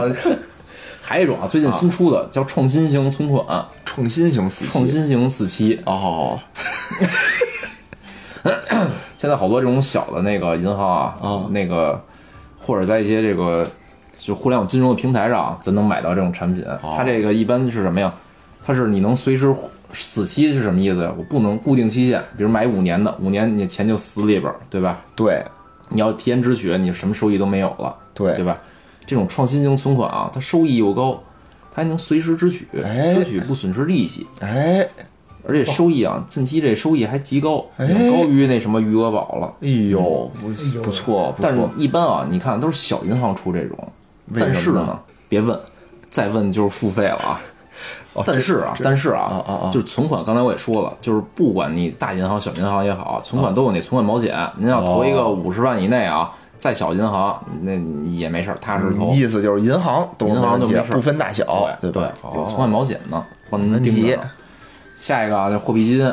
S4: 还有一种啊，最近新出的叫创新型存款，
S3: 创新型司机，
S4: 创新型四期。
S3: 哦，
S4: 现在好多这种小的那个银行啊，
S3: 哦
S4: 那个或者在一些这个就互联网金融的平台上啊，咱能买到这种产品。
S3: 哦
S4: 它这个一般是什么呀？它是你能随时死期是什么意思呀？我不能固定期限，比如买五年的，五年你钱就死里边儿，对吧？
S3: 对，
S4: 你要提前止血，你什么收益都没有了，
S3: 对
S4: 对吧？这种创新型存款啊，它收益又高，它还能随时支取，
S3: 哎
S4: 支取不损失利息，
S3: 哎，
S4: 而且收益
S3: 哦
S4: 啊，近期这收益还极高，远高于那什么余额宝了。
S3: 哎呦，不不错，不
S4: 但是
S3: 错，
S4: 一般啊，你看都是小银行出这种，
S3: 为什么
S4: 但
S3: 呢
S4: 是呢，别问，再问就是付费了啊。但是啊，但是啊，
S3: 哦啊啊
S4: 就是存款，刚才我也说了，就是不管你大银行、小银行也好，存款都有那存款保险。您要投一个
S3: 哦
S4: 五十万以内啊，在小银行那也没事儿，踏实投。
S3: 嗯意思就是哎银行都
S4: 银
S3: 没
S4: 行就
S3: 问题
S4: 没事儿
S3: 不分大小，
S4: 对
S3: 吧？
S4: 有存款保险呢，帮您盯
S3: 没
S4: 着
S3: 问题
S4: 呢。下一个啊，这货币基金，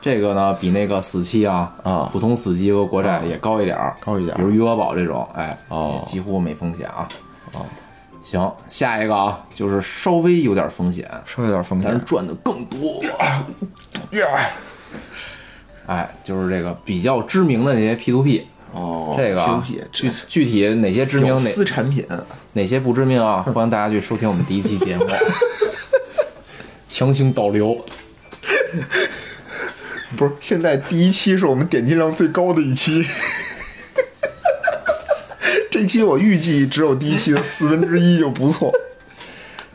S4: 这个呢比那个死期啊
S3: 啊
S4: 普通死期和国债也高一点儿，
S3: 高一点儿
S4: 比如余额宝这种，哎，
S3: 哦
S4: 也几乎没风险啊。行，下一个啊，就是稍微有点风险，
S3: 稍微有点风
S4: 但是
S3: 险，
S4: 赚的更多。
S3: 呀
S4: 哎，就是这个比较知名的那些 P to P，
S3: 哦
S4: 这个啊
S3: P2P
S4: 具具体哪些知名
S3: 屌
S4: 哪
S3: 丝产品，
S4: 哪些不知名啊，欢迎大家去收听我们第一 期节目，强行导流。
S3: 不是现在第一期是我们点击量最高的一期。 这期我预计只有第一期的四分之一就不错，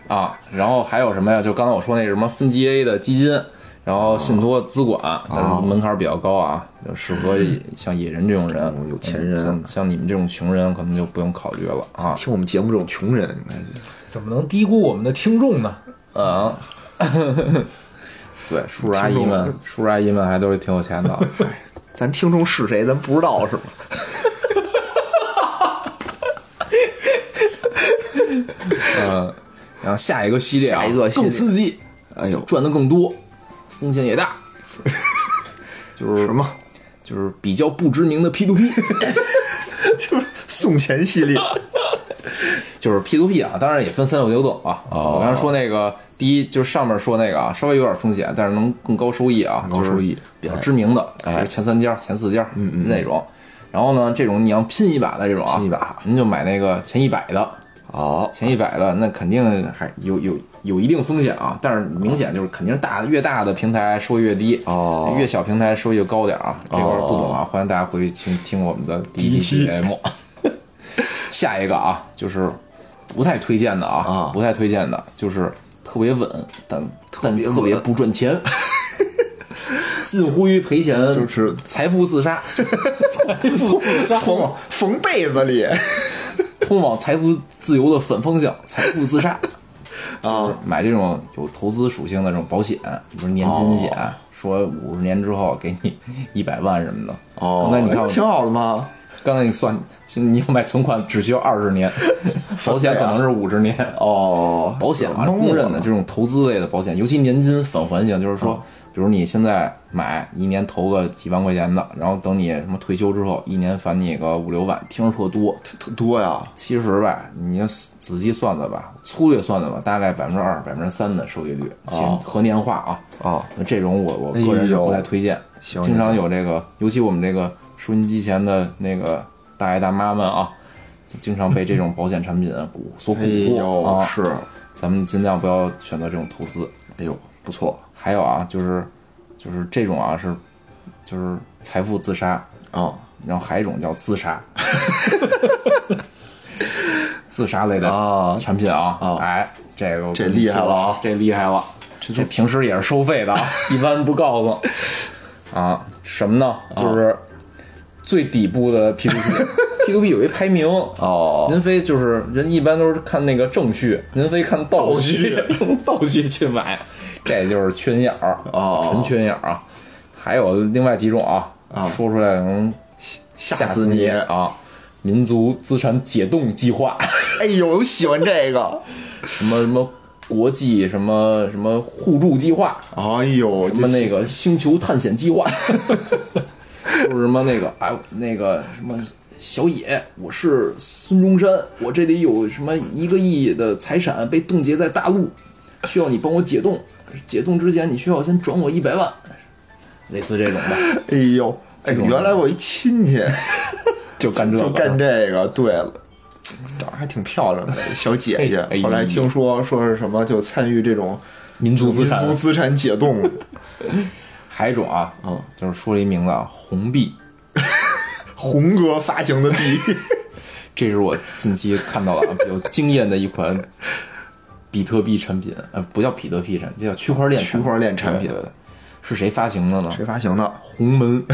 S4: 啊，然后还有什么呀？就刚才我说那什么分级 A 的基金，然后信托资管，但是门槛比较高啊，就适合 像野人这种人，
S3: 种嗯有钱人啊
S4: 像像你们这种穷人可能就不用考虑了啊。
S3: 听我们节目这种穷人，应该是
S2: 怎么能低估我们的听众呢？
S4: 嗯，对，叔叔阿姨
S3: 哎听
S4: 们
S3: 懂，
S4: 叔叔阿姨们还都是挺有钱 的。哎
S3: 咱听众是谁，咱不知道是吗？
S4: 嗯，然后下一个系列啊，
S3: 下一个系列
S4: 更刺激，
S3: 哎呦，
S4: 赚的更多，风险也大， 就是
S3: 什么
S4: 就是比较不知名的 P to P。
S3: 送钱系列，
S4: 就是 P to P 啊，当然也分三六九等啊。
S3: 哦
S4: 我刚才说那个第一就是上面说那个啊，稍微有点风险，但是能更高收益啊，
S3: 更高收益哎嗯
S4: 就是比较知名的，比如前三家、前四家那种。然后呢，这种你要拼一把的这种啊，
S3: 拼一把，
S4: 您就买那个前一百的，
S3: 哦，
S4: 前一百的那肯定还有有有一定风险啊，但是明显就是肯定是大越大的平台收益越低，
S3: 哦
S4: 越小平台收益越高点啊。这块儿不懂啊，欢迎大家回去听听我们的第一期节目。 下一个啊，就是不太推荐的啊
S3: 啊，
S4: 不太推荐的，就是特别稳，但但特别不赚钱， 近乎于赔钱，
S3: 就是
S4: 财富自杀，财富自
S2: 啊
S4: 杀，
S3: 缝缝被子里，
S4: 通往财富自由的反方向，财富自杀。 就是
S3: 啊，
S4: 买这种有投资属性的这种保险，比如年金险，说五十年之后给你一百万什么的。
S3: 哦，
S4: 刚才你
S3: 哎
S4: 看，
S3: 挺好的嘛，
S4: 刚才你算，你要买存款只需要二十 年，保险可能是五十年。
S3: 哦，
S4: 保险啊，
S3: 蒙我
S4: 公认的这种投资类的保险，尤其年金返还型，就是说，比如你现在买一年投个几万块钱的，然后等你什么退休之后，一年返你个五六万，听着特多，
S3: 特多呀，
S4: 其实吧，你要仔细算算吧，粗略算算吧，大概百分之二、百分之三的收益率，其实和年化啊，
S3: 哦，
S4: 那这种我我个人是不太推荐。
S3: 行
S4: 经常有这个，尤其我们这个收音机前的那个大爷大妈们啊，就经常被这种保险产品啊 蛊所蛊
S3: 哎
S4: 惑啊。
S3: 呦，是，
S4: 咱们尽量不要选择这种投资。
S3: 哎呦，不错
S4: 还有啊，就是就是这种啊是就是财富自杀，
S3: 啊，
S4: 然后还有一种叫自杀，自杀类
S3: 啊
S4: 的产品啊，
S3: 啊
S4: 哎，这个我跟
S3: 这
S4: 你
S3: 厉害
S4: 说
S3: 了啊
S4: 这厉害了，这这平时也是收费的啊，一般不告诉啊，什么呢？
S3: 哦
S4: 就是最底部的 P to P，P to P 有一排名。
S3: 哦，
S4: 您非就是人一般都是看那个正序，您非看倒序，用倒序 去买，这就是缺心眼儿
S3: 哦
S4: 纯缺心眼儿啊。还有另外几种啊，
S3: 啊
S4: 说出来能
S3: 吓
S4: 吓
S3: 死你
S4: 啊！民族资产解冻计划，
S3: 哎呦，我喜欢这个。
S4: 什么什么国际什么什么互助计划，
S3: 哎呦，
S4: 什么那
S3: 个
S4: 个星球探险计划， 就是什么那个哎那个什么小野，我是孙中山，我这里有什么一个亿的财产被冻结在大陆，需要你帮我解冻，解冻之前你需要先转我一百万，类似这种的，
S3: 哎呦，哎，
S4: 种
S3: 原来我一亲戚
S4: 就干这个，
S3: 就干这个，对了。长得还挺漂亮的小姐姐
S4: 哎哎，
S3: 后来听说说是什么就参与这种
S4: 民族资产
S3: 民族资产解冻，
S4: 还有一种啊，
S3: 嗯，
S4: 就是说了一名字啊，红币，
S3: 红哥发行的币，
S4: 这是我近期看到了啊比较惊艳的一款比特币产品，呃，不叫比特币产品，这叫区块链产品。
S3: 区块链产品
S4: 对对对，是 谁发行的呢？
S3: 谁发行的？
S4: 鸿门，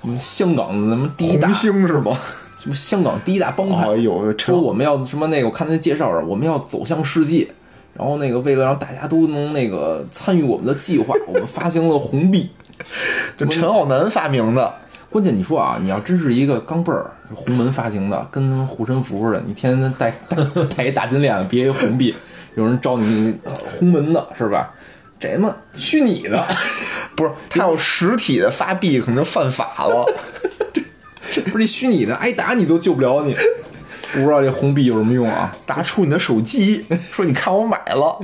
S4: 我们香港咱们第一大
S3: 红，星是吗？
S4: 什么香港第一大帮派
S3: 哎，呦，
S4: 说
S3: 陈
S4: 我们要什么那个，我看那介绍啊，我们要走向世界，然后那个为了让大家都能那个参与我们的计划，我们发行了红币。
S3: 这陈浩南发明的，
S4: 关键你说啊，你要真是一个钢镚儿，红门发行的，跟他们护身符似的，你天天戴戴一大金链子，别一红币，有人招你呃红门的是吧？这他妈虚拟的，
S3: 不是他要实体的发币，可能就犯法 了。
S4: 不是这虚拟的，挨打你都救不了你。不知道这红币有什么用啊？
S3: 拿出你的手机，说你看我买了，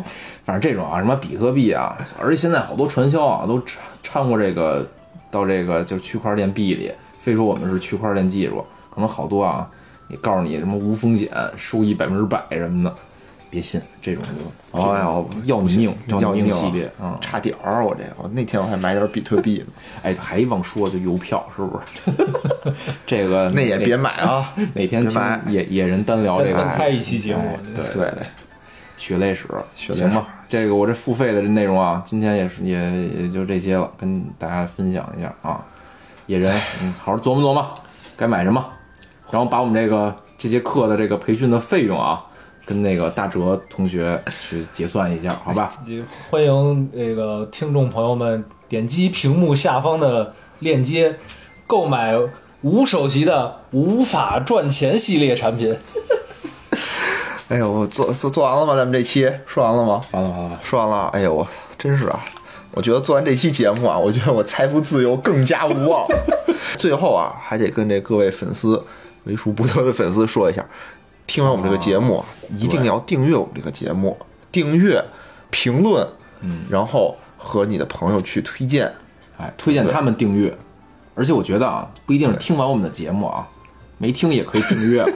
S4: 反正这种啊，什么比特币啊，而且现在好多传销啊都掺掺和这个到这个就是区块链币里，非说我们是区块链技术，可能好多啊，也告诉你什么无风险，收益百分之百什么的，别信这种就
S3: 哎呦
S4: 这种要你命，
S3: 要
S4: 你
S3: 命
S4: 命
S3: 啊
S4: 系列啊、嗯！
S3: 差点儿我这个，我那天我还买点比特 币呢，
S4: 哎，还忘说就邮票是不是？ 这个
S3: 那也别买啊。
S4: 哪天
S3: 别
S4: 听
S3: 买
S4: 野野人单聊这个
S2: 单开一期节目
S4: 哎对
S3: 对对，
S4: 血泪史，
S3: 泪史
S4: 行吧，这个我这付费的这内容啊，今天也是也也就这些了，跟大家分享一下啊。野人，嗯，好好琢磨琢磨，该买什么，然后把我们这个这节课的这个培训的费用啊，跟那个大哲同学去结算一下，好吧？
S3: 哎
S2: 也欢迎那个听众朋友们点击屏幕下方的链接，购买无首席的无法赚钱系列产品。
S3: 哎呦，我做做做完了吗？咱们这期说完了吗？
S4: 完了完了，
S3: 说完了。哎呦，我真是啊，我觉得做完这期节目啊，我觉得我财富自由更加无 望。最后啊，还得跟这各位粉丝，为数不多的粉丝说一下，听完我们这个节目，啊、一定要订阅我们这个节目，订阅、评论，嗯，然后和你的朋友去推荐。
S4: 哎，推荐他们订阅，而且我觉得啊，不一定是听完我们的节目啊，没听也可以订阅 嘛，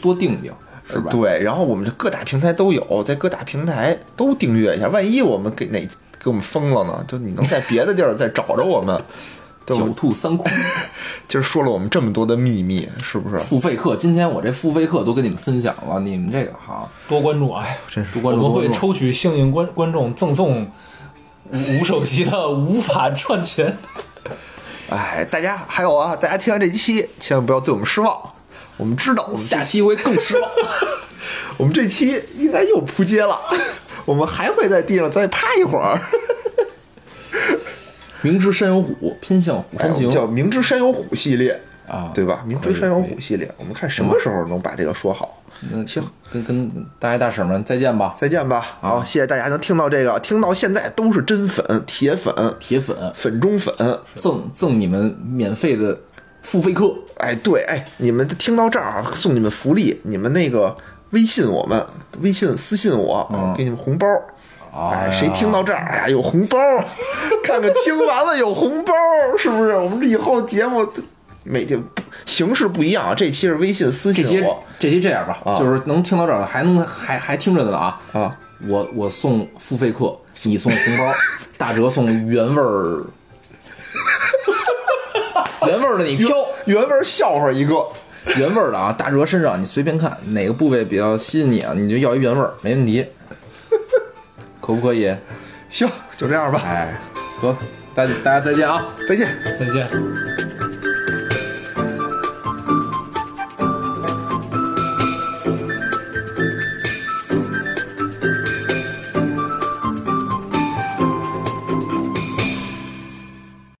S4: 多订订是吧？
S3: 对，然后我们这各大平台都有，在各大平台都订阅一下。万一我们给哪给我们封了呢？就你能在别的地儿再找着我 们，对吧
S4: 狡？兔三窟。
S3: 今儿说了我们这么多的秘密，是不是？
S4: 付费课，今天我这付费课都跟你们分享了，你们这个哈，
S2: 多关注，哎呦，真
S4: 多
S2: 我
S4: 关注
S2: 们会
S4: 多关注
S2: 抽取幸运观观众赠送无无首席的无法赚钱。
S3: 哎，大家还有啊，大家听完这期千万不要对我们失望。我们知道，我们
S4: 下期会更失望。
S3: 我们这期应该又扑街了，我们还会在地上再趴一会儿。
S4: 明知山有虎，偏向虎
S3: 哎我
S4: 山
S3: 们
S4: 行。
S3: 叫“明知山有虎”系列
S4: 啊
S3: 对吧？“明
S4: 可
S3: 知
S4: 以
S3: 山有
S4: 可
S3: 虎”系列，我们看什么时候能把这个说好。
S4: 那
S3: 行，
S4: 跟跟大爷大婶们再见吧，
S3: 再见吧。好，谢谢大家能听到这个，听到现在都是真粉、铁粉、
S4: 铁粉
S3: 粉中粉。
S4: 赠赠你们免费的付费课，
S3: 哎，对，哎，你们听到这儿啊，送你们福利，你们那个微信我们，微信私信我，给你们红包。哎，谁听到这儿，哎呀，有红包， 看看听完了有红包，是不是？我们以后节目都每天不形式不一样啊，这期是微信私
S4: 这
S3: 信
S4: 些
S3: 我，
S4: 这些这样吧，就是能听到这儿还能还还听着的啊
S3: 啊！
S4: 我我送付费课，你送红包，大哲送原味儿， 原味儿的你挑。
S3: 原文笑话一个，
S4: 原味儿的啊，大哲身上你随便看哪个部位比较吸引你啊，你就要一原味儿，没问题，可不可以？
S3: 行，就这样吧，
S4: 哎，得，大大家再见啊。
S3: 再见。
S2: 再见。